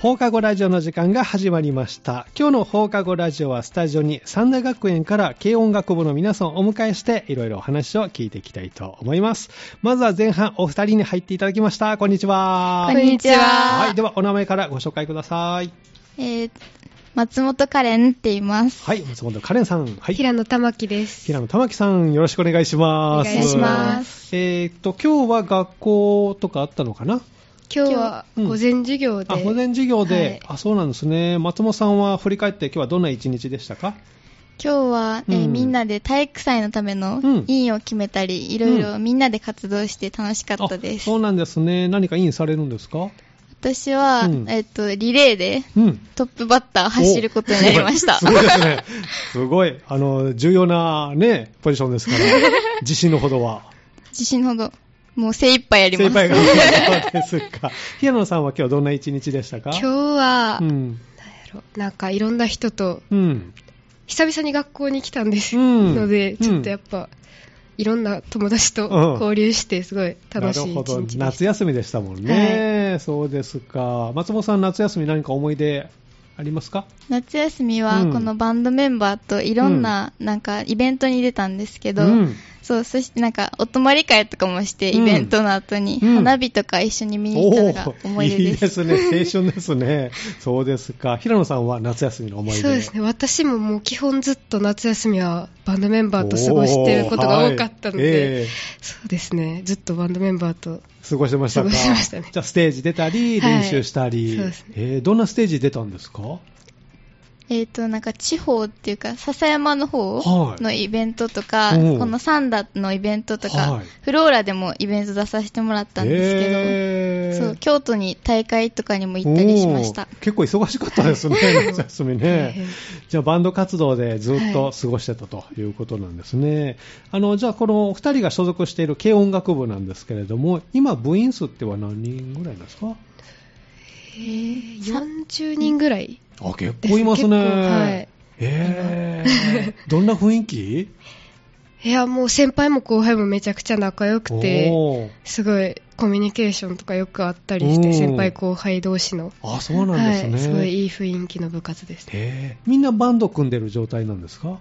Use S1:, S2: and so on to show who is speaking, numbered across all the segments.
S1: 放課後ラジオの時間が始まりました。今日の放課後ラジオはスタジオに三大学園から軽音楽部の皆さんをお迎えしていろいろお話を聞いていきたいと思います。まずは前半お二人に入っていただきました。こんにちは。
S2: こんにちは
S1: はい、ではお名前からご紹介ください。
S2: えー、松本カレンって言います。
S1: はい、松本カレンさん。はい。
S3: 平野玉木です。
S1: 平野玉木さん、よろしくお願いします。。
S3: お願いします
S1: えーっと、今日は学校とかあったのかな
S3: 今日は
S1: うん
S3: 午前授業で、
S1: あ午前授業で、
S3: は
S1: あそうなんですね松本さんは振り返って今日はどんな一日でしたか
S2: 今日は、えー
S1: うん
S2: みんなで体育祭のための
S1: うん
S2: 委員を決めたり、いろいろみんなで活動して楽しかったで
S1: あ
S2: す。
S1: そうなんですね何かインされるんですか
S2: 私は、
S1: うん
S2: えっ、と、リレーで
S1: うん
S2: トップバッターを走ることになりました
S1: す。ごいですねすごいあの重要なねポジションですから 自信のほどは
S2: 自信ほど、もう精一杯やります。
S1: が そうですか平野さんは今日どんな一日でしたか
S3: 今日は、
S1: う
S3: なんや
S1: ん
S3: ろ、なんかいろんな人と、
S1: うん
S3: 久々に学校に来たんです、
S1: うん
S3: ので、
S1: うん
S3: ちょっとやっぱ、いろんな友達と
S1: うん
S3: 交流して、すごい楽しい
S1: なる
S3: 一
S1: ほど
S3: 日でし
S1: 夏
S3: た。
S1: 休みでしたもんね、そうですか松本さん夏休み何か思い出ありますか
S2: 夏休みは、
S1: うん
S2: このバンドメンバーといろんな、なんか、イベントに出たんですけど、
S1: うん
S2: そう、そしてなんか、お泊まり会とかもして、
S1: うん
S2: イベントの後に、
S1: うん
S2: 花火とか一緒に見に行ったのが思い出
S1: いい
S2: です。
S1: ですね。青春ですね。そうですか。平野さんは夏休みの思い出。
S3: そうですね、私ももう基本ずっと夏休みはバンドメンバーと過ごしてることが多かったの
S1: おーはい
S3: で、
S1: ええ
S3: そうですね、ずっとバンドメンバーと、
S1: 過ごしてましたか
S3: 過ごしてましたね
S1: じゃあ、ステージ出たり、
S3: はい
S1: 練習したり。
S3: そうですね
S1: えーどんなステージ出たんですか
S2: えっ、と、なんか、地方っていうか、笹山の方
S1: はい
S2: のイベントとか、
S1: うん
S2: このサンダのイベントとか、
S1: はい
S2: フローラでもイベント出させてもらったんですけ
S1: え
S2: ど、
S1: ー
S2: そう、京都に大会とかにも行ったりしました
S1: おー。結構忙しかったですね、夏 休み
S3: 大
S1: ね
S3: 変。
S1: じゃあ、バンド活動でずっと過ごしてたということなんですね。あの、じゃあ、このお二人が所属している軽音楽部なんですけれども、今、部員数っては何人ぐらいなんですか
S3: 40人ぐらい
S1: あ、結
S3: です
S1: 構いますね。
S3: 結構はい
S1: えー、どんな雰囲気
S3: いや、もう先輩も後輩もめちゃくちゃ仲良くて、
S1: おー
S3: すごいコミュニケーションとかよくあったりして、
S1: おー
S3: 先輩後輩同士の。
S1: あ、そうなんですね。
S3: はい。すごいいい雰囲気の部活ですね。
S1: えーみんなバンド組んでる状態なんですか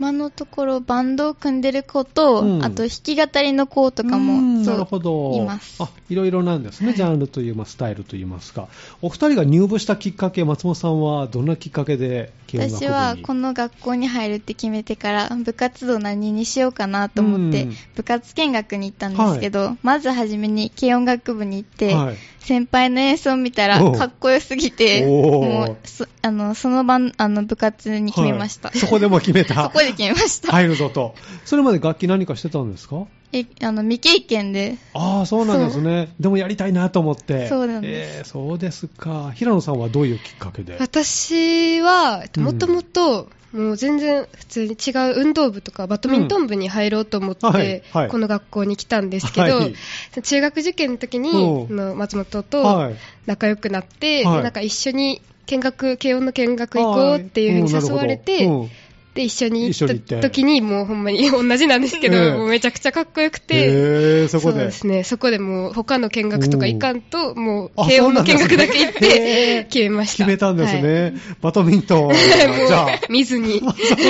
S2: 今のところ、バンドを組んでる子と、
S1: うん
S2: あと、弾き語りの子とか
S1: うーん
S2: も、そ
S1: な
S2: う
S1: るほど。
S2: います。
S1: あ、いろいろなんですね。ジャンルというまスタイルといいますか。お二人が入部したきっかけ、松本さんはどんなきっかけで軽音楽部に
S2: 私はこの学校に入るって決めてから部活動何にしようかなと思って
S1: うん
S2: 部活見学に行ったんですけど、まず初めに軽音楽部に行って、
S1: はい
S2: 先輩の演奏を見たら
S1: おう
S2: かっこよすぎて
S1: おう
S2: もうそあのその晩あの部活に決めました、
S1: はいそこでも決めた。
S2: そこで決めました、
S1: 入るぞと。それまで楽器何かしてたんですか
S2: えあの未経験で
S1: ああ、そうなんですね。でもやりたいなと思って。
S2: そうなんです
S1: えーそうですか。平野さんはどういうきっかけで
S3: 私は、
S1: うん
S3: もともと、もう全然普通に違う運動部とかバドミントン部に入ろうと思っ
S1: うんはい
S3: て
S1: はい、
S3: この学校に来たんですけど、
S1: はい
S3: 中学受験の時に、
S1: うん
S3: あの松本
S1: は
S3: と
S1: い
S3: 仲良くなって、
S1: はい
S3: でなんか一緒に見学、軽音の見学行こうっていうふうに誘われて、
S1: はいうんなるほどうん
S3: で、一緒に
S1: 一緒に行
S3: 行
S1: っ
S3: ってた時に、もうほんまに同じなんですけど、
S1: ええ
S3: もうめちゃくちゃかっこよくて、
S1: へーそこ
S3: う
S1: で。
S3: ですね、そこでもう他の見学とか行かんと、もう
S1: あ
S3: 慶
S1: そ
S3: 応
S1: うな
S3: の
S1: んで
S3: 見
S1: すね
S3: 学だけ行っ
S1: へー
S3: て、決めました。
S1: 決めたんです
S3: はい
S1: ね。バドミントン。
S3: もう
S1: じゃあ。
S3: 見 ずに、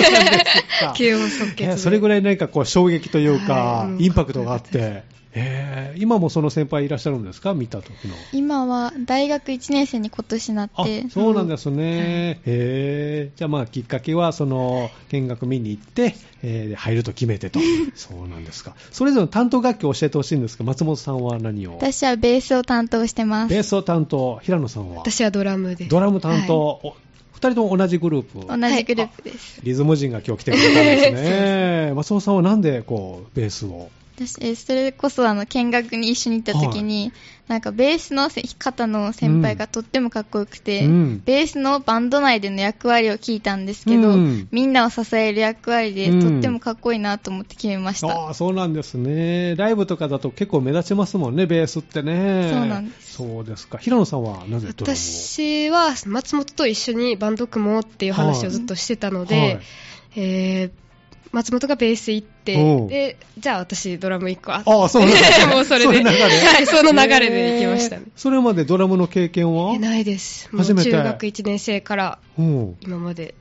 S3: 慶応即決
S1: え
S3: で。
S1: ーそれぐらい何かこう衝撃というか
S3: は、い
S1: インパクトがあって、えー今もその先輩いらっしゃるんですか、見た時の。
S2: 今は大学1年生に今年なっ
S1: あ
S2: て
S1: そうなんですね、えーじゃあ、まあきっかけはその見学見に行って、えー入ると決めて と、そうなんですか、それぞれの担当楽器を教えてほしいんですが、松本さんは何を、
S2: 私はベースを担当してます
S1: ベースを担当、平野さんは
S3: 私はドラムです。
S1: ドラム担当、お二人とも同じグループ。
S2: 同じグループです、
S1: リズム人が今日来てくれたん ですね。松尾さんはなんでこうベースを。
S2: 私えーそれこそあの見学に一緒に行った時に、なんかベースのせ方の先輩がとってもかっこよくて、
S1: うん
S2: ベースのバンド内での役割を聞いたんですけど、
S1: うん
S2: みんなを支える役割で、
S1: うん
S2: とってもかっこいいなと思って決めました、
S1: ああ、そうなんですね。ライブとかだと結構目立ちますもんね、ベースってね。。
S2: そうなんです
S1: そうですか。平野さんはなぜドラムを。
S3: 私は松本と一緒にバンド組もうっていう話をずっとしてたので、
S1: はい
S3: えー松本がベース行っ
S1: お
S3: て
S1: う
S3: でじゃあ私ドラム1個あって
S1: ああ、そうなんだ
S3: もうそ れ
S1: そうい
S3: で
S1: う流れ
S3: はい、その流れで行きましたね
S1: えーそれまでドラムの経験は
S3: えないですもう
S1: 初
S3: 中
S1: めて
S3: 学1年生から
S1: うん
S3: 今まで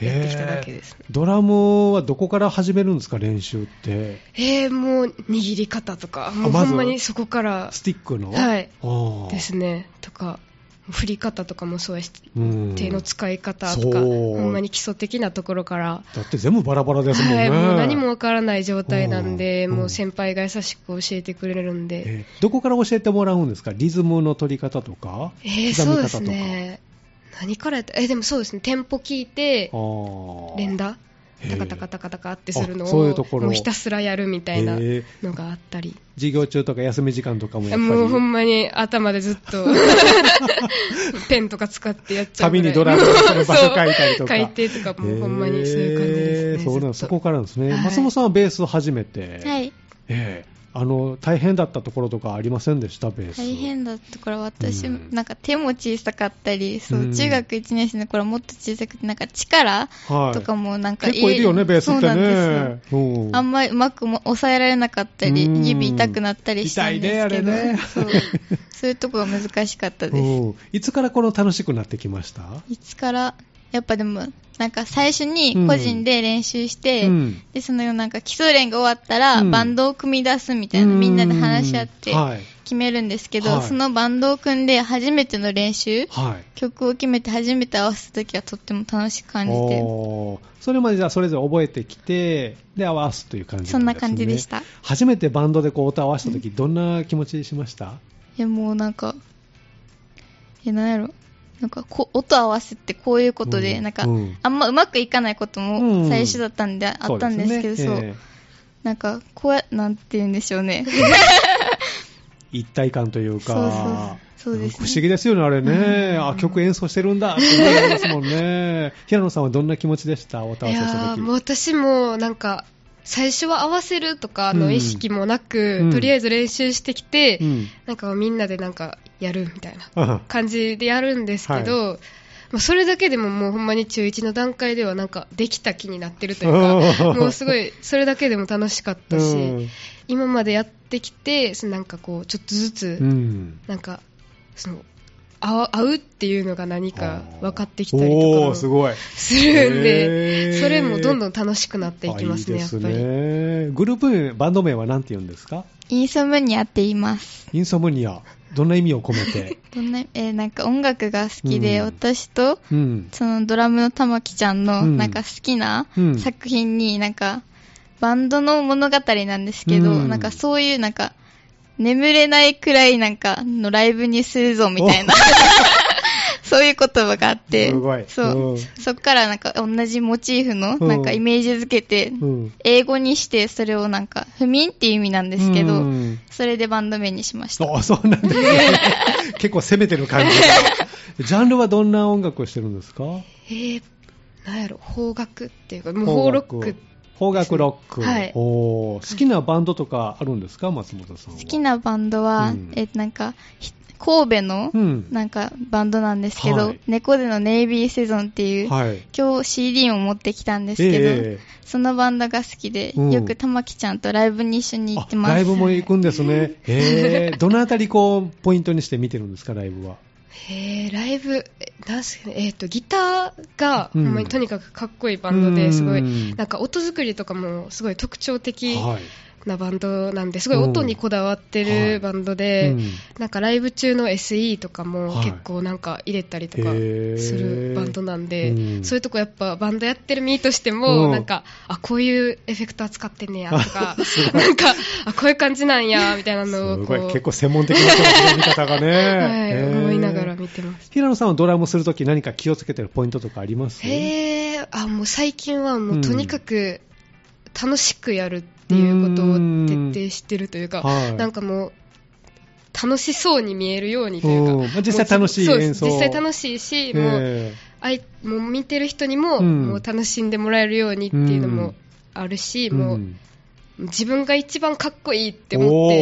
S3: やってきただけです
S1: へードラムはどこから始めるんですか練習って
S3: えー、もう握り方とかもう
S1: ま
S3: ほ
S1: ず
S3: んまにそこから
S1: スティックの
S3: はい
S1: あー
S3: ですねとか振り方とかもそうやし
S1: うん
S3: 手の使い方とか、
S1: そう
S3: ほんまに基礎的なところから、
S1: だって全部バラバラですもんね、
S3: はい、もう何もわからない状態なんで、
S1: うん
S3: もう先輩が優しく教えてくれるんで、
S1: えーどこから教えてもらうんですかリズムの取り方とか
S3: えー、
S1: 刻み
S3: そう
S1: 方
S3: です
S1: とか、
S3: ね、何からやったえーでもそうですね、テンポ聞いて
S1: あ、ー
S3: 連打、
S1: へー
S3: タカタカタカタカってするの
S1: あそういうと
S3: を、
S1: ころ
S3: もうひたすらやるみたいな
S1: へー
S3: のがあったり、
S1: 授業中とか休み時間とかもやっぱり
S3: もうほんまに頭でずっ と、ペンとか使ってやっちゃうぐ
S1: 紙
S3: らい。
S1: にドラム の場所書いたりとか
S3: 書いてとか、もうほんまにそういう感じです
S1: へー
S3: ね。
S1: そうなん
S3: ず
S1: そ
S3: っと
S1: こからなんですね、
S3: はい
S1: 松本さんはベースを初めて、
S2: はい。
S1: ええあの大変だったところとかありませんでしたベース
S2: 大変だったから、私、
S1: うん
S2: なんか手も小さかったり、そうう、
S1: ん
S2: 中学1年生の頃もっと小さくて、なんか力
S1: はい
S2: とかもなんか
S1: 結構いるよねベースってね
S2: そうなんですよ。
S1: うん
S2: あんまりうまくも抑えられなかったり、
S1: うん
S2: 指痛くなったりしたんですけど、
S1: 痛いねあれね
S2: そうそういうとこが難しかったです。
S1: うんいつからこの楽しくなってきました
S2: いつから、やっぱでも、なんか最初に個人で練習して、
S1: うん
S2: で、そのなんか基礎練が終わったら、
S1: うん
S2: バンドを組み出すみたいな、みんなで話し合って
S1: うんはい
S2: 決めるんですけど、
S1: はい
S2: そのバンドを組んで初めての練習、
S1: はい
S2: 曲を決めて初めて合わせた時はとっても楽しく感じて、
S1: おーそれまでじゃあそれぞれ覚えてきてで合わすという感じ
S2: そんな感じでした
S1: ね初めてバンドでこう音合わせた時どんな気持ちしました
S2: いやもうなんか、え、なんやろ。なんかこう、音合わせってこういうことで、
S1: うん
S2: なんか、
S1: うん
S2: あんまうまくいかないこと
S1: うん
S2: も最初だったんで、あったんですけど、そう,、
S1: ねええ
S2: なんか、こうや、なんて言うんでしょうね。
S1: 一体感というか、
S2: そうそうそうそう
S1: なん
S2: ですね
S1: か不思議ですよね、あれね、あ曲演奏してるんだって思いますもんね、 平野さんはどんな気持ちでした、お歌わ
S3: い
S1: せした
S3: やー
S1: 時
S3: もう私もなんか最初は合わせるとか
S1: う
S3: の
S1: ん
S3: 意識もなく、
S1: うん
S3: とりあえず練習してきて、
S1: うん
S3: なんかみんなでなんかやるみたいな
S1: あ
S3: 感じでやるんですけど、まあそれだけでももうほんまに中1の段階ではなんかできた気になってるという かもうすごいそれだけでも楽しかったし、
S1: うん
S3: 今までやってきてそのなんかこうちょっとずつ、
S1: うん
S3: なんかその合う合うっていうのが何か分かってきたりとか
S1: お
S3: も
S1: ーすごい。
S3: するん
S1: へ
S3: で、
S1: ー
S3: それもどんどん楽しくなっていきます
S1: あ
S3: ね、
S1: いいで
S3: やっぱ
S1: す
S3: り。
S1: ね。グループ名、バンド名は何て言うんですか
S2: インソムニアって言います。
S1: インソムニア。どんな意味を込め て
S2: どんな、えーなんか音楽が好きで、
S1: うん
S2: 私と、
S1: うん。
S2: そのドラムの玉木ちゃんの、
S1: うん
S2: なんか好きな
S1: うん
S2: 作品に、なんか、バンドの物語なんですけど、
S1: うん
S2: なんかそういう、なんか、眠れないくらいなんかのライブにするぞみたいな、 そういう言葉があって、
S1: すごい
S2: そ
S1: う
S2: う、
S1: ん
S2: そっからなんか同じモチーフの、
S1: うん
S2: なんかイメージ付けて、
S1: うん
S2: 英語にして、それをなんか、不眠っていう意味なんですけど、
S1: うん
S2: それでバンド名にしました。
S1: あそう なんですね。結構攻めてる感じが。ジャンルはどんな音楽をしてるんですか
S3: えー、なんやろ、邦楽っていうか、もう邦ロック。
S1: 邦楽ロック、
S3: はい
S1: おー好きなバンドとかあるんですか松本さんは
S2: 好きなバンドは、
S1: うん
S2: えなんかひ神戸の、
S1: うん
S2: なんかバンドなんですけど、
S1: はい
S2: 猫でのネイビーセゾンっていう、
S1: はい
S2: 今日 CD を持ってきたんですけど、
S1: ええ
S2: そのバンドが好きで、
S1: うん
S2: よく玉木ちゃんとライブに一緒に行ってます
S1: あライブも行くんですね、えー、どのあたりこうポイントにして見てるんですかライブは
S3: えー、ライブ、えなんすかね、えっ、と、ギターが、
S1: うん
S3: ほんまにとにかくかっこいいバンドですごい、
S1: うん
S3: なんか音作りとかもすごい特徴的
S1: はい
S3: なバンドなんで、すごい音にこだわって
S1: うんはい
S3: るバンドで、
S1: うん
S3: なんかライブ中の SE とかも
S1: はい
S3: 結構なんか入れたりとか
S1: へー
S3: するバンドなんで、
S1: うん
S3: そういうとこやっぱバンドやってる身として
S1: うん
S3: も、なんか、あ、こういうエフェクター使ってんねやとか、 なんか、あ、こういう感じなんや、みたいな
S1: す
S3: のをこ
S1: ご
S3: う、
S1: い結構専門的な人の見方がね、
S3: はい、
S1: えー
S3: 思いながら見てます。
S1: 平野さんはドラムするとき何か気をつけてるポイントとかあります
S3: へーあ、もう最近はも
S1: うん
S3: うとにかく楽しくやるっていうことを徹底してるというか、
S1: はい
S3: なんかもう、楽しそうに見えるようにと
S1: う
S3: い
S1: ん
S3: うか、
S1: まあ実際楽しい
S3: そうです
S1: 演奏
S3: 実際楽しいし、もう
S1: え
S3: あいもう見てる人にも,、
S1: うん
S3: もう楽しんでもらえるようにっていうの
S1: うん
S3: もあるし、
S1: ー
S3: も
S1: う
S3: うん自分が一番かっこいいって思
S1: お
S3: っ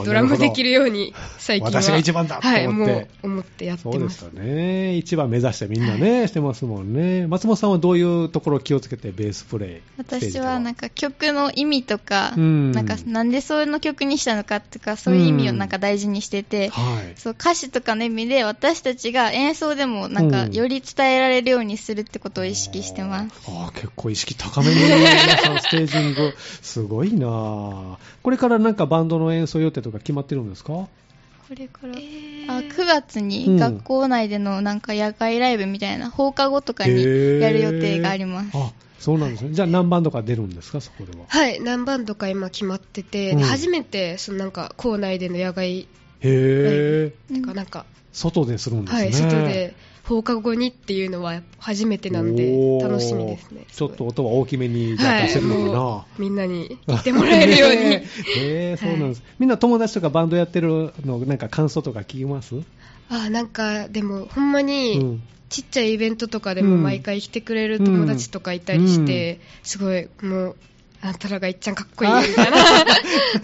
S1: ー
S3: てドラ
S1: なる
S3: ム
S1: ほど
S3: できるように最近は
S1: 私が一番だと思って
S3: はい、もう思ってやって
S1: そうで
S3: ますす
S1: よね。一番目指してみんなね、してますもんね。松本さんはどういうところを気をつけてベースプレイ
S2: 私はなん
S1: か、
S2: か曲の意味とか、
S1: うん
S2: なんかなんでそういうの曲にしたのかとか、そういう意味をなんか大事にしてて、
S1: はい。
S2: そう歌詞とかの意味で私たちが演奏でもなんか
S1: うん
S2: より伝えられるようにするってことを意識してます。
S1: ああ、結構意識高めに皆さんステージング、すごいなあこれからなんかバンドの演奏予定とか決まってるんですか
S2: これから、あ
S3: えー
S2: 9月
S1: うん
S2: に学校内でのなんか野外ライブみたいな放課後とかにやる予定があります。
S1: あ、そうなんですね。じゃあ何バンドか出るんですか、そこでは。
S3: はい何バンドか今決まってて、で
S1: うん
S3: 初めてそのなんか校内での野外
S1: へえ、
S3: と
S2: う
S3: か
S2: ん
S3: なんか、
S1: 外でするんですね。
S3: はい外で放課後にっていうのは初めてなん
S1: お
S3: で
S1: ー
S3: 楽しみですね
S1: ちょっと音は大きめにじゃあ出せるのかな、
S3: もうみんなに聞いてもらえるよう
S1: ね
S3: に。
S1: えへえそうなんです、みんな友達とかバンドやってるのなんか感想とか聞きます、
S3: あなんかでもほんま
S1: う
S3: に
S1: ん
S3: ちっちゃいイベントとかで
S1: う
S3: も
S1: ん
S3: 毎回来てくれる友達とかいたりして、すごいもうあんたらがいっちゃんかっこいいみたいな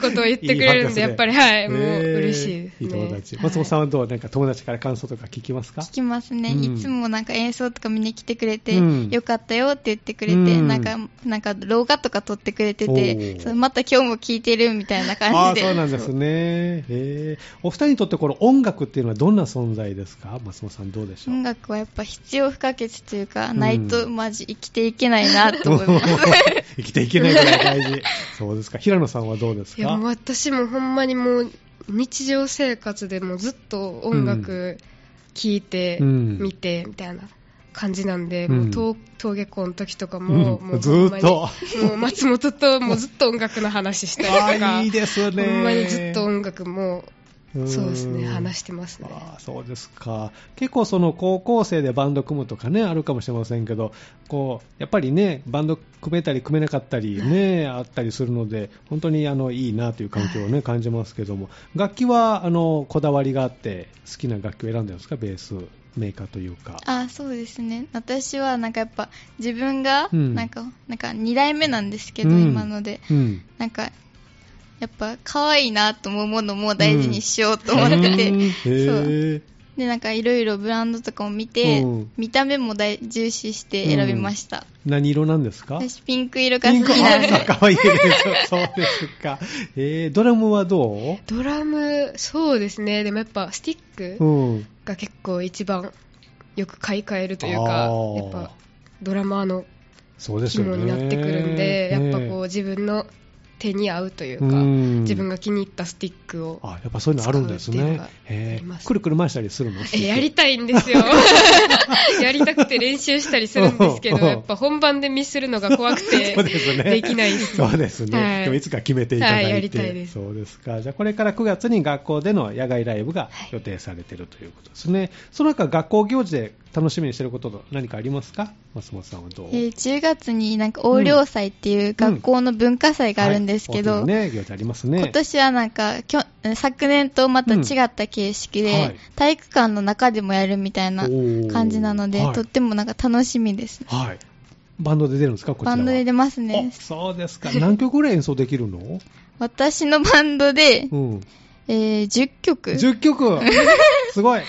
S3: ことを言ってくれるんで
S1: いい
S3: やっぱりはいもう
S1: へえ
S3: 嬉しいですね
S1: いい友達、松本さんはどうなんか友達から感想とか聞きますか
S2: 聞きますね、
S1: うん
S2: いつもなんか演奏とか見に来てくれて、
S1: うん
S2: よかったよって言ってくれて、
S1: うん
S2: なんかなんか動画とか撮ってくれて
S1: おー
S2: てそうまた今日も聴いてるみたいな
S1: あ
S2: 感
S1: あ
S2: じ
S1: そう
S2: で
S1: なんですね、へえお二人にとってこの音楽っていうのはどんな存在ですか松本さんどうでしょう
S2: 音楽はやっぱ必要不可欠というか、
S1: うん
S2: ないとマジ生きていけないなと思います
S1: 生きていけないぐらい大 事そうですか平野さんはどうです
S3: いや
S1: か
S3: もう私もほんまにもう日常生活でもずっと音楽聴いて、
S1: うん
S3: 見てみたいな感じなんで、
S1: うん
S3: もう登登下校の時とかも,、
S1: うん
S3: もう
S1: ずーっと
S3: ほんまにもう松本ともうずっと音楽の話したりと
S1: あ
S3: か
S1: あいいですね
S3: ほんまにずっと音楽もそうですね話
S1: し
S3: してますね
S1: ああそうですか結構その高校生でバンド組むとかねあるかもしれませんけどこうやっぱりねバンド組めたり組めなかったりねあったりするので本当にあのいいなという環境をね感じますけども楽器はあのこだわりがあって好きな楽器を選んでるんですかベースメーカーというか
S2: あそうですね私はなんかやっぱ自分が
S1: うん
S2: なんか、なんか2代目なんですけど、
S1: うん
S2: 今ので
S1: うん
S2: なんかやっぱ可愛いなと思うものも大事にしようと思ってて、
S1: うんへ
S2: そう
S1: え
S2: でなんかいろいろブランドとかも見て、
S1: うん
S2: 見た目も大重視して選びました、
S1: 何色なんですか
S2: 私ピンク色が好きなんで
S1: かわいいです。そうですか。えー、ドラムはど
S3: ドラムそうですねでもやっぱスティック
S1: ううん。
S3: が結構一番よく買い替えるというか
S1: あー
S3: やっぱドラマーの
S1: そうですよ
S3: 肝
S1: ね。
S3: になってくるんで、やっぱこ
S1: ね
S3: う自分の手に合うという
S1: う
S3: か、
S1: ん
S3: 自分が気に入ったスティックを
S1: あ、やっぱそういうのあるんです
S3: 使うっていう
S1: ね
S3: のが。
S1: え
S3: あります
S1: くるくる回したりするの
S3: えやり
S1: た
S3: たい んですよやりたくて練習したりするんですけどやっぱ本番でミスするのが怖くて
S1: そうですね。
S3: できないです
S1: そうですね。
S3: はい
S1: でもいつか決めていただいて。
S3: はいやりたいです
S1: そうですか。じゃあこれから9月に学校での野外ライブが予定されているということですね。その他学校行事で楽しみにしていることと何かありますか松本さんはどう、
S2: えー10月になんか横領祭っていう学校の文化祭があるんですけど、
S1: はい大きなね、行事ありますね。
S2: 今年はなんかきょ昨年とまた違った形式
S1: う
S2: で、
S1: んはい
S2: 体育館の中でもやるみたいな感じなので、
S1: おーはい
S2: とってもなんか楽しみです
S1: はい。バンドで出るんですか、こちら
S2: バ
S1: は。
S2: ンドで出ますね
S1: あそうですか。何曲ぐらい演奏できるの
S2: 私のバンドで、
S1: うん。
S2: えー10曲
S1: 10曲 すごい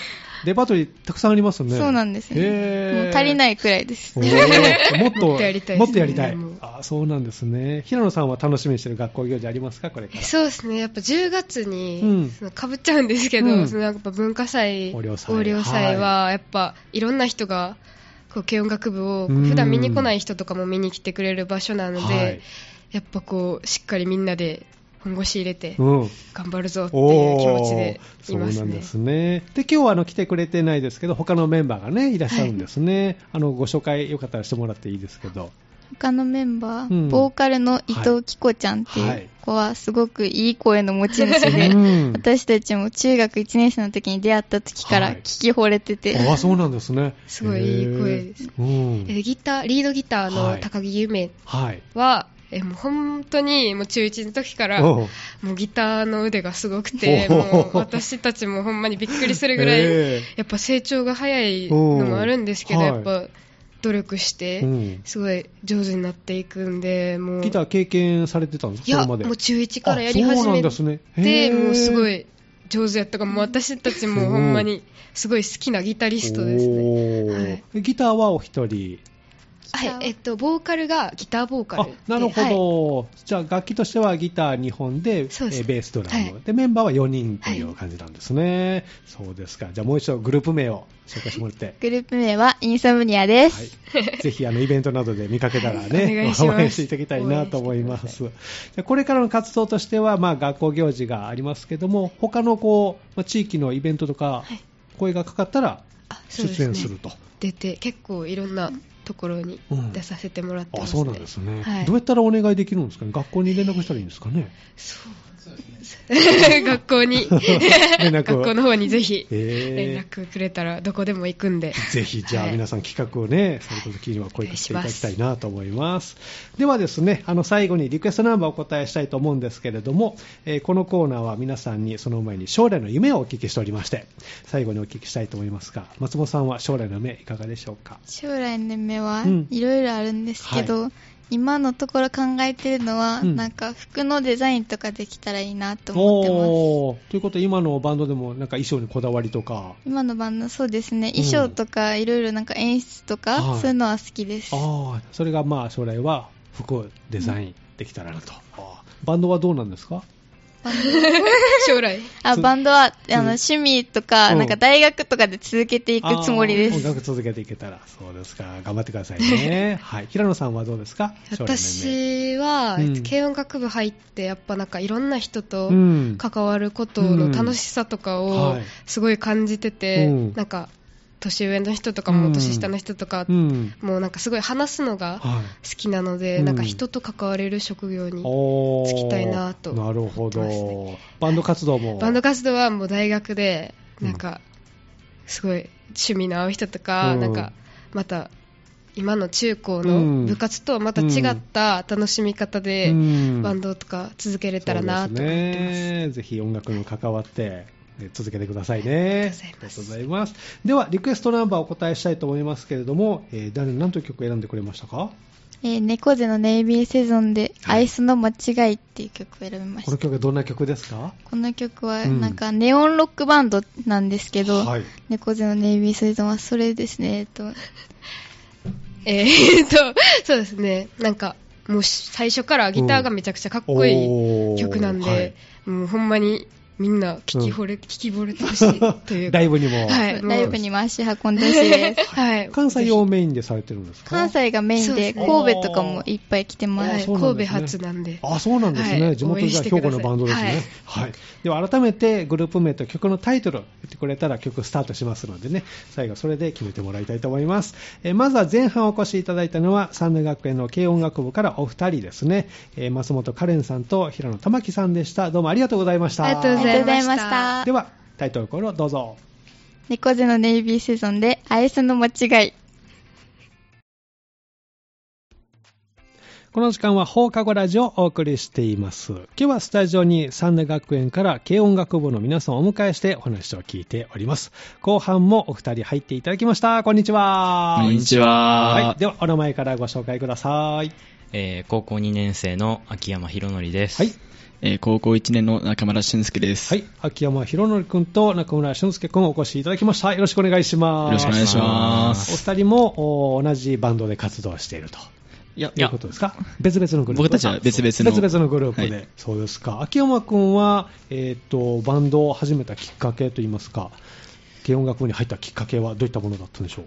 S1: レパートリーたくさんありますね。
S2: そうなんですね。もう足り
S1: い。
S2: ないくらいです
S1: お。ーもっと、
S3: もっとやりたいですね
S1: もっとやりたい
S3: もう
S1: あそうなんですね。平野さんは楽しみにしてる学校行事ありますかこれから。
S3: そうですねやっぱ10月
S1: うん
S3: にそのかぶっちゃうんですけど、
S1: うん
S3: そのやっぱ文化祭
S1: 横領祭
S3: 祭はやっぱいろんな人がこう軽音楽部を
S1: うん
S3: 普段見に来ない人とかも見に来てくれる場所なので、
S1: はい
S3: やっぱこうしっかりみんなで本腰入れて
S1: うん。
S3: 頑張るぞっていう気
S1: お
S3: 持ちで
S1: ー
S3: いますね。
S1: そうなんですね。で、今日はあの来てくれてないですけど、他のメンバーがね、いらっしゃるんですね。あの、ご紹介よかったらしてもらっていいですけど。
S2: 他のメンバー、
S1: うん
S2: ボーカルの伊藤紀子ちゃんって
S1: はいいう
S2: 子はすごくいい声の持ち主で、
S1: うん
S2: 私たちも中学1年生の時に出会った時から
S1: はい
S2: 聞き惚れてて、
S1: ああ、そうなんですね。
S3: すごいいい声です
S1: へー。うん。
S3: えギターリードギター
S1: は
S3: の
S1: い
S3: 高木優明
S1: はい。
S3: は、えもう本当にもう中1の時から
S1: おう
S3: もうギターの腕がすごくて
S1: おお
S3: もう私たちもほんまにびっくりするぐらい、
S1: ええ
S3: やっぱ成長が早いのもあるんですけど
S1: お
S3: やっぱ努力して、
S1: うん
S3: すごい上手になっていくんで、もう。
S1: ギター経験されてたんですか
S3: い
S1: そ
S3: や、
S1: れ
S3: も
S1: ま
S3: う
S1: で。
S3: 中1からやり始め
S1: あそうなんですねへ
S3: て、
S1: ー
S3: もうすごい上手やったから、もう私たちもほんまにすごい好きなギタリストですね。
S1: おー
S3: はい
S1: えギターはお一人。
S3: はい、えっと、ボーカルがギターボーカ
S1: あ
S3: ルで。
S1: なる
S3: はい
S1: ほど、じゃあ楽器としてはギター2本で
S3: そうです
S1: えーベースドラム、
S3: は
S1: でメンバーは4人とい
S3: は
S1: う
S3: い
S1: 感じなんですね、そうですかじゃあもう一度グループ名を紹介してもらって、
S2: グループ名はインソムニアです。
S1: はい、ぜひあのイベントなどで見かけたら
S3: はいお願
S1: ね
S3: いします
S1: 応援していただきたいなと思いま
S3: 応援
S1: すじゃあこれからの活動としては、まあ、学校行事がありますけども他のこう、まあ、地域のイベントとか、
S3: はい
S1: 声がかかったら
S3: あそうです
S1: 出
S3: ね
S1: 演すると。
S3: 出て、結構いろんなところに出させてもらって
S1: あ
S3: ます、ね
S1: そうなんですね、
S3: はい
S1: どうやったらお願いできるんですかね、学校に連絡したらいいんですか ね、
S3: そうですね。 学校に、
S1: 連絡を
S3: 学校の方にぜひ連
S1: えー
S3: 絡くれたらどこでも行くんで。
S1: ぜひ、じゃあ
S3: はい
S1: 皆さん企画をね、された時には声かけていただきたいなと思います。ではですね、あの最後にリクエストナンバーをお答えしたいと思うんですけれども、えーこのコーナーは皆さんにその前に将来の夢をお聞きしておりまして、最後にお聞きしたいと思いますが、松本さんは将来の夢いかがでしょうか
S2: 将来の夢は
S1: うん
S2: いろいろあるんですけど、今のところ考えてるのは、
S1: うん
S2: なんか服のデザインとかできたらいいなと思ってます。
S1: おーということで、今のバンドでもなんか衣装にこだわりとか、
S2: 今のバンド、そうですね、
S1: うん
S2: 衣装とかいろいろなんか演出とか、
S1: はい
S2: そういうのは好きです。
S1: ああ、それがまあ将来は服をデザインできたらなと。あーバンドはどうなんですか
S3: 将来。
S2: あ
S1: つ
S2: バンドはあの
S1: うん
S2: 趣味とか、
S1: うん
S2: なんか大学とかで続けていくつもりで
S1: あー音
S2: す。
S1: 楽続けていけたら、そうですか。頑張ってください ね。はい。平野さんはどうですか将来の夢
S3: 私は、
S1: うん
S3: えっと軽音楽部入って、やっぱなんかいろんな人と
S1: うん
S3: 関わることの楽しさとか
S1: うん
S3: を
S1: はい
S3: すごい感じてて、
S1: うん
S3: なんか年上の人とか
S1: うん
S3: も年下の人とか、
S1: うん。
S3: もうなんかすごい話すのが好
S1: はい。
S3: きなので、
S1: うん
S3: なんか人と関われる職業に。
S1: おー
S3: つきたいなと
S1: なるほ
S3: 思ってます
S1: ど。バンド活動も。
S3: バンド活動はもう大学で、
S1: うん
S3: なんか、すごい趣味の合う人とか、
S1: うん
S3: なんか、また、今の中高
S1: うん
S3: の部活とはまた違った楽しみ方で、
S1: うん
S3: バンドとか続けれたらなと思って
S1: そう
S3: ま。
S1: ですね。ぜひ音楽にも関わって、え続けてくださいね。
S3: ありが
S1: あ
S3: とうござ
S1: りがとうございます。では、リクエストナンバーをお答えしたいと思いますけれども、えー誰、何という曲を選んでくれましたか
S2: えー猫背のネイビーセゾンで、
S1: はい
S2: アイスの間違いっていう曲を選びまし
S1: こ
S2: た
S1: の。曲はどんな曲ですか
S2: この曲は、
S1: うん
S2: なんか、ネオンロックバンドなんですけど、
S1: はい。
S2: 猫背のネイビースイートはそれですね、えっと、
S3: えーっと、そうですね。なんか、もうし最初からギターがめちゃくちゃかっこい
S1: お
S3: い
S1: ー
S3: 曲なんで、
S1: はい
S3: もうほんまにみんな聞き惚れ、聞き惚れてほしいと いうか。
S1: ライブにも。
S3: はい
S2: ライブにも足運んでほしいです。
S3: はい。
S1: 関西をメインでされてるんですか
S2: 関西がメイン
S3: そう
S2: で、
S3: ですね
S2: 神戸とかもいっぱい来てま
S1: あ
S3: は
S1: ー
S3: い、
S2: す。
S1: そうなんで
S3: 神
S1: す
S3: 戸
S1: ね
S3: 発なんで。
S1: あそうなんですね、
S3: はい
S1: 地元じゃ兵庫のバンドです
S3: 応援
S1: ね
S3: してくだ、
S1: はいでは改めてグループ名と曲のタイトルを言ってくれたら曲スタートしますのでね最後それで決めてもらいたいと思います、えーまずは前半お越しいただいたのは三大学園の軽音楽部からお二人ですね、えー松本カレンさんと平野玉木さんでしたどうもありがとうございました
S3: ありがとう
S2: あり
S3: ご
S2: がとうござ
S3: ざ
S2: い
S3: い
S2: ま
S3: ま
S2: し
S3: したた。
S1: ではタイトルコールをどうぞ
S2: 猫背のネイビーセゾンで、アイスの間違い。
S1: この時間は放課後ラジオをお送りしています。今日はスタジオに三田学園から軽音楽部の皆さんをお迎えしてお話を聞いております。後半もお二人入っていただきました。こんにちは。
S4: こんにち
S1: は
S4: は、
S1: い。では、お名前からご紹介ください。
S4: えー高校2年生の秋山博則です。
S1: はい。
S5: えー高校1年の中村俊介です。
S1: はい。秋山博則くんと中村俊介くんをお越しいただきました。よろしくお願いします。
S5: よろしくお願いしま
S1: お
S5: す。
S1: 二人もお同じバンドで活動していると。
S5: いや、
S1: ということですか別々のグループ
S5: 僕たちは別々の
S1: 別々のグループで、
S5: はい
S1: そうですか秋山君は、えー、とバンドを始めたきっかけといいますか軽音楽部に入ったきっかけはどういったものだったんでしょう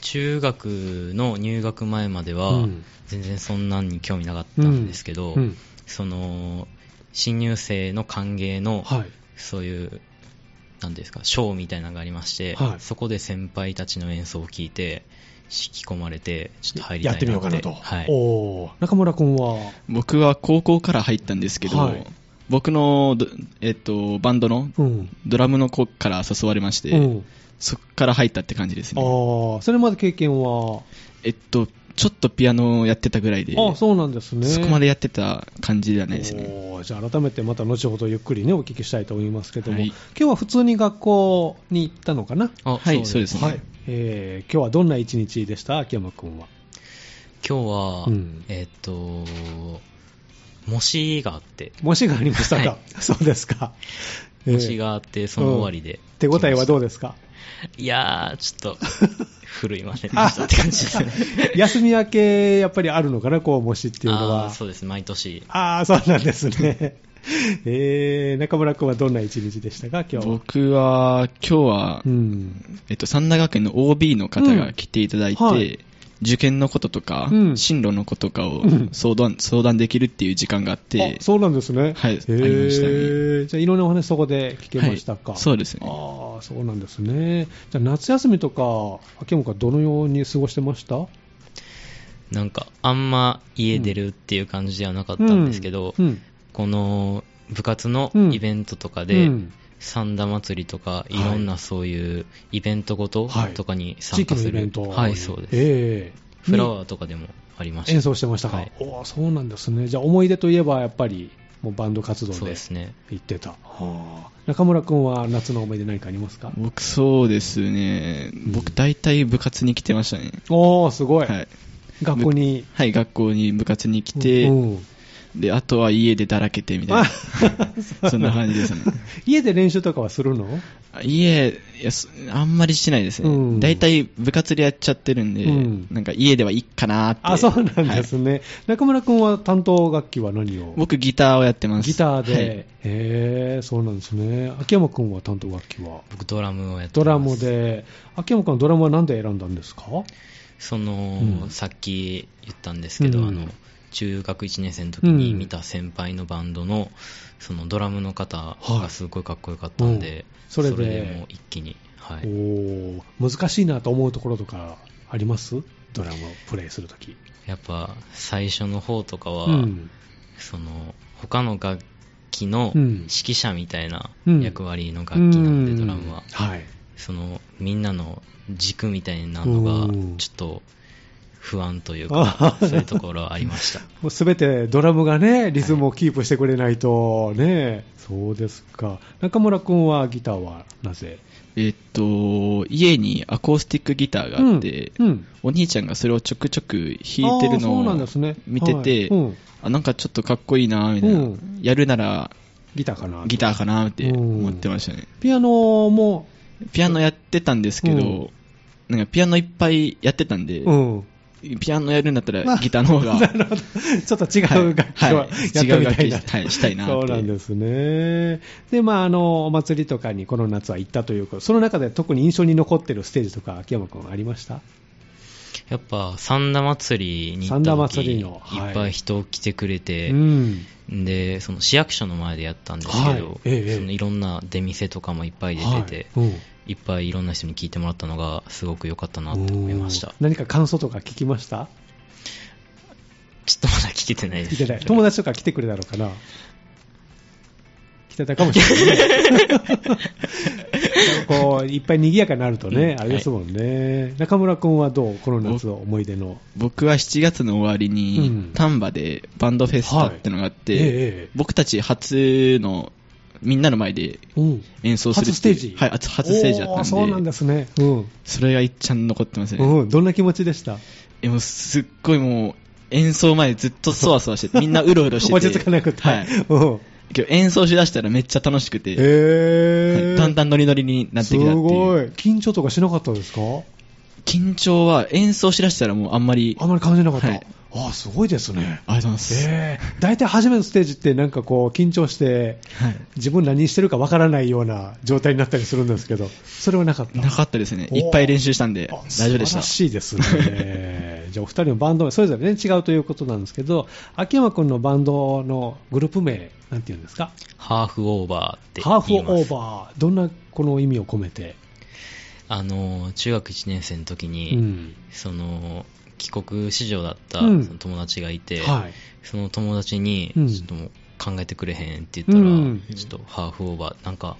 S4: 中学の入学前までは、
S1: うん
S4: 全然そんなんに興味なかったんですけど、
S1: うん
S4: その、新入生の歓迎の、
S1: はい
S4: そういう、なんですか、ショーみたいなのがありまして、
S1: はい
S4: そこで先輩たちの演奏を聞いて、引き込まれて、ちょっと入りたい
S1: や
S4: な
S1: ってみようかなと、
S4: はい。
S1: おー中村君は
S5: 僕は高校から入ったんですけど、
S1: はい
S5: 僕のど、えっと、バンドの
S1: うん、
S5: ドラムの子から誘われまして、
S1: うん、
S5: そこから入ったって感じです
S1: あ
S5: ね。
S1: ーそれまで経験は、
S5: えっと、ちょっとピアノをやってたぐらいで、
S1: あーそうなんですね
S5: そこま
S1: で
S5: でやってた感じではないですね。
S1: おーじゃあ改めてまた後ほどゆっくりねお聞きしたいと思いますけども、
S5: はい
S1: 今日は普通に学校に行ったのかな
S4: あ
S5: はい、そうですね。
S1: はい、えー今日はどんな一日でした秋山君は。
S4: 今日は、
S1: うん
S4: えっと、模試があって、
S1: 模試がありましたか、
S4: は
S1: そうですか。
S4: 模試
S1: え
S4: があって、その終わりで
S1: ー。手応えはどう
S4: で
S1: ですか
S4: いやー、ちょっと、 古いませんでしたって感じですね。
S1: 休み明け、やっぱりあるのかな、こう、模試っていうの
S4: あー
S1: は。
S4: そうです、毎年。
S1: ああ、そうなんですね。 えー、中村君はどんな一日でしたか、今日は。
S5: 僕は、今日は、
S1: うん。
S5: えっと、三田学園の OB の方が来ていただいて、
S1: うんはい
S5: 受験のこととか、
S1: うん
S5: 進路のこととかを
S1: うん
S5: 相談,、相談できるっていう時間があって
S1: あ、そうなんですね。
S5: はい
S1: え
S5: ありました
S1: ー、
S5: ね
S1: じゃあ、いろんなお話そこで聞けましたか。
S5: はいそうですね
S1: ああ、そうなんですね。じゃあ、夏休みとか、秋山君はどのように過ごしてました
S4: なんか、あんま家出るっていう感じではなかったんですけど、
S1: うんうん
S4: この部活のイベントとか
S1: う
S4: で、
S1: ん
S4: 三田祭りとか、
S1: い
S4: いろんなそういうイベントごと
S1: はい
S4: とかに
S1: 地
S4: 参
S1: 域
S4: 加
S1: の
S4: す
S1: イ
S4: る。
S1: ベントに。
S4: はい、そうです。
S1: ええ
S4: フラワーとかでもありました。
S1: 演奏してましたか、
S4: はい
S1: おーそうなんですね、じゃあ思い出といえばやっぱりもうバンド活動
S4: そう
S1: で
S4: ですね。
S1: 行ってた、はあ中村君は夏の思い出、何かありますか
S5: 僕そうですね、僕大体部活に来てましたね。
S1: おー、すごい、
S5: はい。
S1: 学校に
S5: はい、学校に部活に来て、
S1: うん
S5: で、あとは家でだらけてみたいな。 そんな感じですね。
S1: 家で練習とかはするの、
S5: あ家、いや、そあんまりしないです
S1: うん
S5: ね。大体部活でやっちゃってるんで、
S1: うん
S5: なんか家ではいいかなーって。
S1: あそうなんで
S5: は
S1: すね、中村君は担当楽器は何を
S5: い僕ギターをやってます。
S1: ギターで、
S5: はい
S1: へえそうなんですね、秋山君は担当楽器は
S4: 僕ドラムをやってます。
S1: ドラム。で、秋山君はドラムは何で選んだんですか
S4: その、
S1: うん
S4: さっき言ったんですけど、
S1: うん
S4: あの、中学1年生の時に見た先輩のバンドの、そのドラムの方がすごいかっこよかったんで、
S1: うんそれで
S4: もう一気に、はい。
S1: おー難しいなと思うところとかありますドラムをプレイするとき。
S4: やっぱ最初の方とかは、
S1: うん
S4: その他の楽器の
S1: うん
S4: 指揮者みたいな
S1: うん
S4: 役割の楽器なんで、
S1: うん
S4: ドラムは、
S1: はい。
S4: そのみんなの軸みたいなの
S1: う
S4: が
S1: ん
S4: ちょっと不安という
S1: あ
S4: かそういうところはありました
S1: もうすべてドラムがね、リズムをキープしてくれないとね、そうですか。中村君はギターはなぜ
S5: えっと、家にアコースティックギターがあって、
S1: うんうん
S5: お兄ちゃんがそれをちょくちょく弾いてるの
S1: あーそうなん
S5: を
S1: ですね
S5: 見て
S1: はい
S5: て
S1: うん、
S5: あなんかちょっとかっこいいなみたいな、
S1: うん
S5: やるなら
S1: ギターかな
S5: ギターかなって
S1: うん
S5: 思ってましたね。
S1: ピアノも、
S5: ピアノやってたんですけど、なんかピアノいっぱいやってたんで、
S1: うん。
S5: ピアノやるんだったらギターの方が、
S1: なるほど。ちょっと違う楽器をや
S5: は
S1: っ
S5: い
S1: てみたいな、
S5: 違う楽器はいしたいなって
S1: そうなんですね。で、まあ、あの、お祭りとかにこの夏は行ったということ、その中で特に印象に残ってるステージとか、秋山君ありました
S4: やっぱ三田祭りに行っ
S1: 三田
S4: た時
S1: 祭り
S4: い
S1: のはい
S4: っぱい人来てくれて、
S1: うん。
S4: でその市役所の前でやったんですけど、
S1: はいええ
S4: そのいろんな出店とかもいっぱい出てて、
S1: はい
S4: い
S1: うん
S4: っぱいいろんな人に聞いてもらったのがすごく良かったなと思いました
S1: うん何か感想とか聞きました
S4: ちょっとまだ聞けてないです
S1: 聞けない。友達とか来てくれたのかな来てたかもしれないね。こう、いっぱい賑やかになるとね、
S4: うん
S1: あれですもんね。中村君はどうこの夏の思い出の。
S5: 僕は7月の終わりに、
S1: うん
S5: 丹波でバンドフェスタってのがあって、
S1: はいええ
S5: 僕たち初のみんなの前で
S1: うん
S5: 演奏する
S1: 初ステージ
S5: はい、初初ステージだったん
S1: おー
S5: で
S1: そうなんですね。うん。
S5: それがいっちゃん残ってますね、
S1: うん、どんな気持ちでした
S5: でもすっごいもう演奏前ずっとそわそ わしててみんなうろうろしてて
S1: 落ち着かなくて。
S5: はい、
S1: うん。
S5: けど演奏しだしたらめっちゃ楽しくて、は
S1: え
S5: いだんだ
S1: ん
S5: んノリノリになってきたってい。
S1: すごいう緊張とかしなかったですか
S5: 緊張は演奏しだしたらもうあんまり
S1: あまり感じなかった。
S5: はい
S1: ああ、すごいですね。
S5: ありがとうございます、
S1: えー、大体初めのステージってなんかこう緊張して
S5: はい
S1: 自分何してるかわからないような状態になったりするんですけどそれはなかった
S5: なかったですね
S1: おー
S5: いっぱい練習したんで
S1: あ
S5: 大丈夫で
S1: 素晴ら
S5: し
S1: しいですね。 じゃあ、お二人のバンド名、それぞれね、違うということなんですけど、秋山君のバンドのグループ名、なんて言うんですか
S4: ハーフオーバーって
S1: ハーフ
S4: 言います
S1: オーバー。どんな、この意味を込めて。
S4: あの中学1年生の時に、
S1: うん。
S4: その帰国子女だったそ
S1: うん
S4: の友達がいて、
S1: はい。
S4: その友達に、
S1: うん
S4: ちょっともう考えてくれへんって言ったら、
S1: うん
S4: ちょっとハーフオーバー、なんか、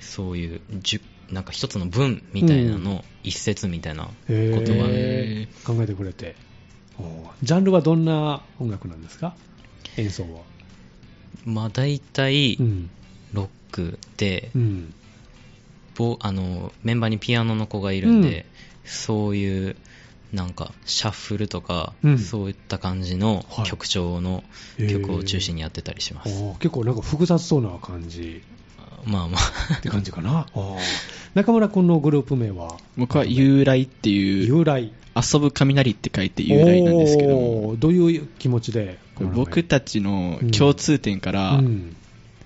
S4: そういう、じゅなんか一つの文みたいなの、一節みたいな言葉で、
S1: へー考えてくれて。おージャンルはどんな音楽なんですか演奏は。
S4: まあ大体
S1: う、ん。
S4: ロックで、
S1: うん。
S4: ぼあのメンバーにピアノの子がいるんで、そういうなんかシャッフルとか、
S1: うん
S4: そういった感じの
S1: はい
S4: 曲調の曲を中心にやってたりします、
S1: おー結構なんか複雑そうな感じ
S4: まあまあ
S1: って感じかなおー中村君のグループ名は
S5: 僕は由来っていう、
S1: 由来
S5: 遊ぶ雷って書いて由来なんですけども
S1: おーどういう気持ちでこの名前
S5: 僕たちの共通点から
S1: うん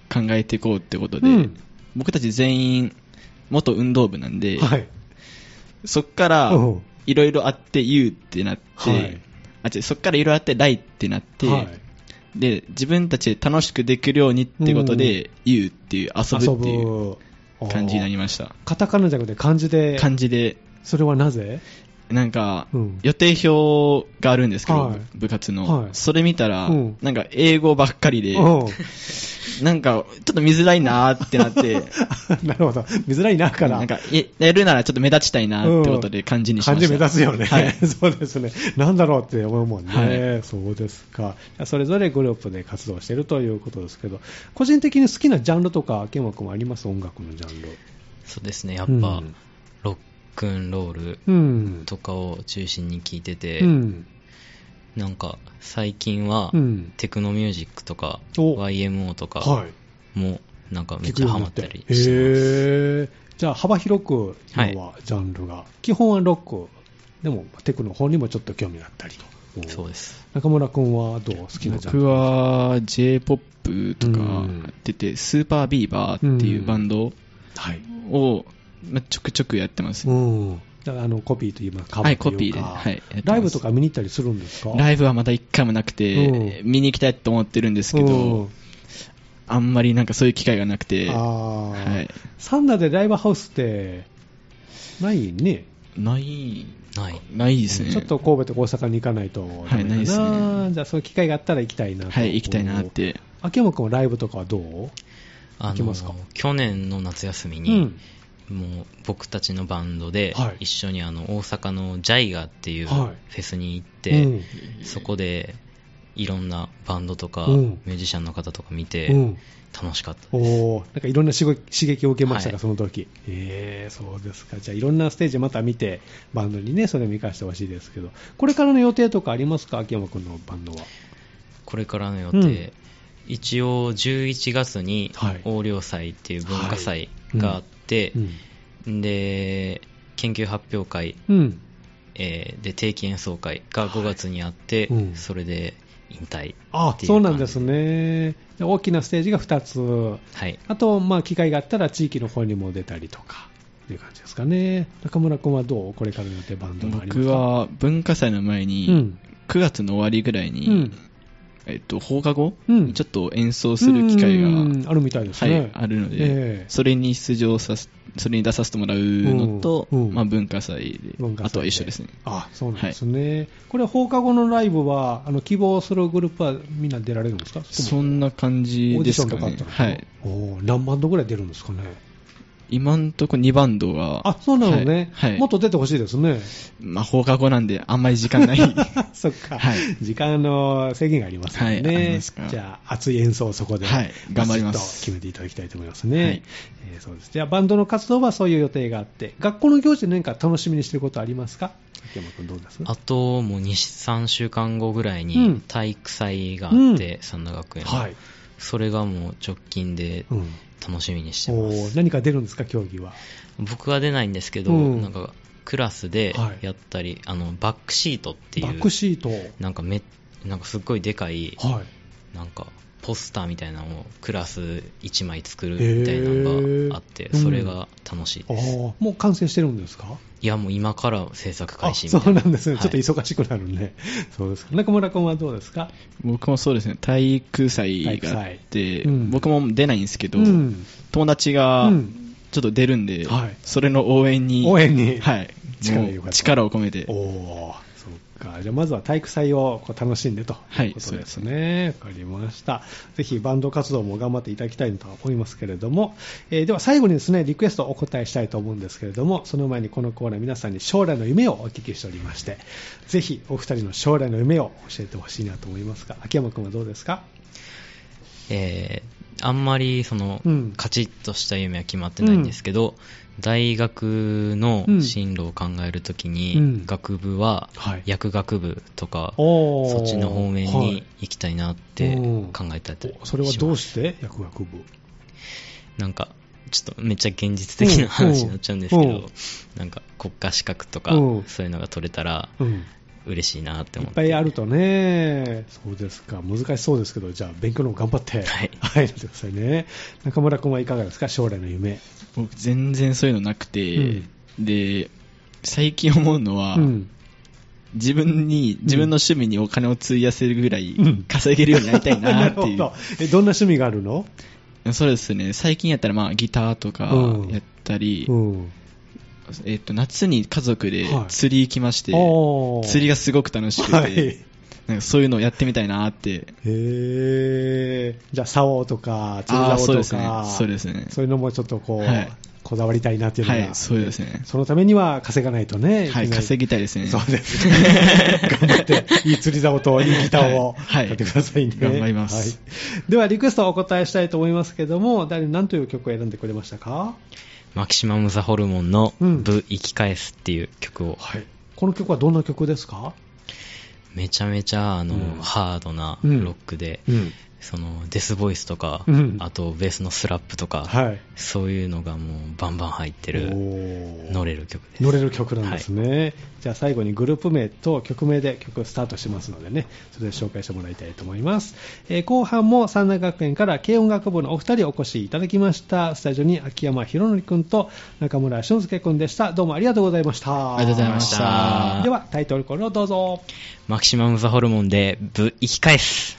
S5: 考えていこうってことで、
S1: うん
S5: 僕たち全員元運動部なんで、
S1: はい
S5: そっから
S1: うん
S5: いろいろあって言うってなって、
S1: はい
S5: あ違うそっからいろいろあって来ってなって、
S1: はい
S5: で自分たちで楽しくできるようにってことで言うっていう遊ぶっていう
S1: 遊ぶ
S5: 感じになり
S1: ま
S5: ました
S1: カタカナじゃなくて漢字で
S5: 感じで
S1: それはなぜ
S5: なんか
S1: うん
S5: 予定表があるんですけど、
S1: はい
S5: 部活の、
S1: はい
S5: それ見たら、
S1: うん
S5: なんか英語ばっかりで、
S1: うん
S5: なんかちょっと見づらいなーって なって、
S1: なるほど見づらいなから
S5: なんかえやるならちょっと目立ちたいなーってことで漢字にしました。
S1: 感じ目立つよね、
S5: はい
S1: そうですね、なんだろうって思うもんね、
S5: は
S1: そうですか、それぞれグループで活動しているということですけど、個人的に好きなジャンルとか、ケンマ君はあります、音楽のジャンル。
S4: そうですねやっぱ、
S1: うん
S4: ロックンロー
S1: う
S4: ル
S1: ん、
S4: とかを中心に聞いてて、
S1: うん、
S4: なんか最近は、
S1: うん
S4: テクノミュージックとか
S1: お
S4: YMO とか
S1: は
S4: もなんか
S1: い、
S4: めっちゃハマったり
S1: へ
S4: して
S1: ーじゃあ、幅広く今はジャンルが、基本はロック、でもテクの方にもちょっと興味があったり
S4: ま
S1: と、
S4: すそうです
S1: 中村君はどう、好きなジャンル
S5: 僕は J-POP とか
S1: うん
S5: やってて、スーパービーバーっていうバンド
S1: はい
S5: をまちょくちょくやってます。
S1: うん、だからあのコピーというまあカバー
S5: はい
S1: というか、
S5: コピーではいやってます
S1: ライブとか見に行ったりするんですか
S5: ラ
S1: イ
S5: イブはまだ一回もなくて、
S1: う
S5: 見に行きたいと思ってるんですけど、あんまりなんかそういう機会がなくて、
S1: あー
S5: はい
S1: サンダーでライブハウスってないね、
S5: ない、
S4: ない
S5: ないですね。
S1: ちょっと神戸とか大阪に行かないとダメ
S5: はいないです
S1: かな、
S5: ね
S1: じゃあそういう機会があったら行きたいなと
S5: はい、行きたいなっ。て。
S1: 秋山君はライブとかはどう
S4: あ
S1: 行きますか
S4: の去年の夏休み
S1: う
S4: に
S1: ん、
S4: もう僕たちのバンドで
S1: はい
S4: 一緒にあの大阪のジャイガーっていうフ
S1: はい
S4: ェスに行っ
S1: う
S4: て
S1: ん
S4: そこでいろんなバンドとか
S1: うん
S4: ミュージシャンの方とか見て
S1: うん
S4: 楽しかったです
S1: おーなんかいろんな刺激刺激を受けましたか、
S4: はい
S1: その時えー、そうですか、じゃあいろんなステージまた見て、バンドにね、それを生かしてほしいですけど、これからの予定とかありますか、秋山君のバンドは。
S4: これからの予
S1: うん
S4: 定一応11月に
S1: はい
S4: 横領祭っていう文化祭があって
S1: うん
S4: で研究発表会
S1: うん
S4: えーで定期演奏会が5月にあって、
S1: はいうん
S4: それで引退
S1: あ
S4: っていう
S1: そうなんです
S4: 感
S1: ね、で大きなステージが2つ、
S4: じはい
S1: あと、まあ、機会があったら地域の方にも出たりとかっていう感じですかね、中村君はどう、これからの予定、バンドもあります
S5: 僕
S1: か
S5: は文化祭の前
S1: う
S5: に、
S1: ん
S5: 9月の終わりぐらいうに
S1: ん、
S5: えっと、放課後
S1: うん
S5: にちょっと演奏する機会
S1: うん
S5: が、
S1: あるみたいです
S5: は
S1: ね、
S5: い、あるの
S1: え
S5: で
S1: え、
S5: それに出場させ、それに出させてもらうのと、
S1: うんうん
S5: まあ文化祭で
S1: 文、化祭で
S5: あとは一緒ですね。
S1: あそうなんですね、これ、放課後のライブは、あの希望するグループはみんな出られるんですか、
S5: そ
S1: なん
S5: な感じ
S1: オーデ
S5: で
S1: ィショ
S5: す
S1: ン
S5: か
S1: とかあっ
S5: ね
S1: た。のかな、
S5: はい。
S1: おー何バンドぐらい出るんですかね、
S5: 今んとこ2バンドが、
S1: あそうなのね、
S5: はいはい
S1: もっと出てほしいですね。
S5: まあ放課後なんであんまり時 間ない。
S1: そっか、
S5: はい
S1: 時間の制限がありますもんね、
S5: はいありますから
S1: じゃあ、熱い演奏をそこで、
S5: はい頑張ります
S1: バシッと決めていただきたいと思いますね、
S5: はい
S1: えーそうですじゃあ、バンドの活動はそういう予定があって、学校の行事で何か楽しみにしてることありますか、秋山君、どうです
S4: あともう23週間後ぐらいうに
S1: ん
S4: 体育祭があっ
S1: う
S4: て、三田学園の、
S1: はい、
S4: それがもう直近で
S1: うん
S4: 楽しみにして
S1: お
S4: ま
S1: ー
S4: す、
S1: 何か出るんですか、競技は。
S4: 僕は出ないんですけど、
S1: うん
S4: なんかクラスで
S1: はい
S4: やったり、あのバックシートっていう
S1: バックシート、
S4: なんかめなんかすっごいでかい
S1: はい、
S4: なんかポスターみたいなのをクラス1枚作るみたいなのがあっ
S1: へ
S4: て
S1: ー
S4: それが楽しい
S1: あ
S4: です、
S1: ーもう完成してるんですか
S4: いやもう今から制作
S1: あ
S4: 開始みたい
S1: そうなんですね、
S4: はい
S1: ちょっと忙しくなるね、そうですか中村君はどうですか、
S5: 僕もそうですね、体育祭があ
S1: 体
S5: っ
S1: 育祭
S5: て、
S1: うん
S5: 僕も出ないんですけど、
S1: うん
S5: 友達が
S1: うん
S5: ちょっと出るんで、
S1: はい
S5: それの応援に、
S1: 応援に
S5: はい、
S1: 力
S5: もう
S1: よかった
S5: 力を込めて、
S1: おお、そっか。じゃあ、まずは体育祭をこう楽しんでと
S5: はい
S1: いうことですね。わ、かりました。ぜひ、バンド活動も頑張っていただきたいと思いますけれども、えーでは最後にですね、リクエストをお答えしたいと思うんですけれども、その前にこのコーナー、皆さんに将来の夢をお聞きしておりまして、ぜひ、お二人の将来の夢を教えてほしいなと思いますが、秋山君はどうですか
S4: えあんまりその、
S1: うん
S4: カチッとした夢は決まってないんですけど、大学の
S1: うん
S4: 進路を考えるとき
S1: う
S4: に
S1: ん、
S4: 学部は
S1: はい
S4: 薬学部とか、
S1: おー
S4: そっちの方面
S1: はい
S4: に行きたいなって
S1: うん
S4: 考えたりします
S1: おそれはどうして薬学部
S4: なんかちょっとめっちゃ現実的な話になっちゃうんですけ
S1: うんうん
S4: どなんか国家資格とか
S1: うん
S4: そういうのが取れたら
S1: うん
S4: 嬉しいなって
S1: い
S4: 思
S1: っ
S4: って
S1: ぱいあるとね、そうですか、難しそうですけど、じゃあ、勉強の方頑張って、
S4: はい
S1: はい、やってくださいね。中村君はいかがですか、将来の夢。
S5: 僕全然そういうのなくて、で最近思うのは、
S1: うん、
S5: 自分に自分の趣味にお金を費やせるぐらい
S1: うん
S5: 稼げるようになりたい な
S1: なる
S5: ってい
S1: ほ
S5: う、
S1: ど。え、どんな趣味があるの
S5: そうですね最近やったらまあギターとか
S1: うん
S5: やったり、
S1: うん。
S5: えっと夏に家族で
S1: はい
S5: 釣り行きまして、
S1: おー
S5: 釣りがすごく楽しくて、
S1: はい。へ
S5: なんかそういうのをやってみたいなって
S1: え。じゃあ、竿とか、釣り
S5: あー
S1: 竿
S5: そう
S1: と
S5: ですね
S1: か、
S5: そうですね
S1: そういうのもちょっとこう、
S5: はい
S1: こだわりたいなっていうの
S5: は
S1: が。
S5: いそうですね
S1: そのためには稼がないとね。
S5: はい稼
S1: ぎ
S5: ぎたいですね
S1: そうですね。頑張って、いい釣り竿といいギターを
S5: はいはい
S1: やってくださいね。
S5: 頑張ります
S1: はい。では、リクエストをお答えしたいと思いますけども、誰、何という曲を選んでくれましたか
S4: マキシマムザホルモンの「
S1: うん
S4: 部生き返す」っていう曲を
S1: はい。この曲はどんな曲ですか
S4: めちゃめちゃあの、
S1: うん
S4: ハードな
S1: うん
S4: ロックで、
S1: うん。
S4: そのデスボイスとか、
S1: うん
S4: あとベースのスラップとか、
S1: はい。
S4: そういうのがもうバンバン入って
S1: お
S4: る
S1: ー
S4: 乗れる曲です
S1: 乗れる曲なんですね、じゃあ最後にグループ名と曲名で曲スタートしますのでねそれで紹介してもらいたいと思います、えー後半も三大学園から軽音楽部のお二人お越しいただきましたスタジオに秋山博之君と中村俊介君でしたどうもありがとうございました
S5: ありがとうございました
S1: ではタイトルコールをどうぞ
S4: マキシマムザホルモンで「部生き返す」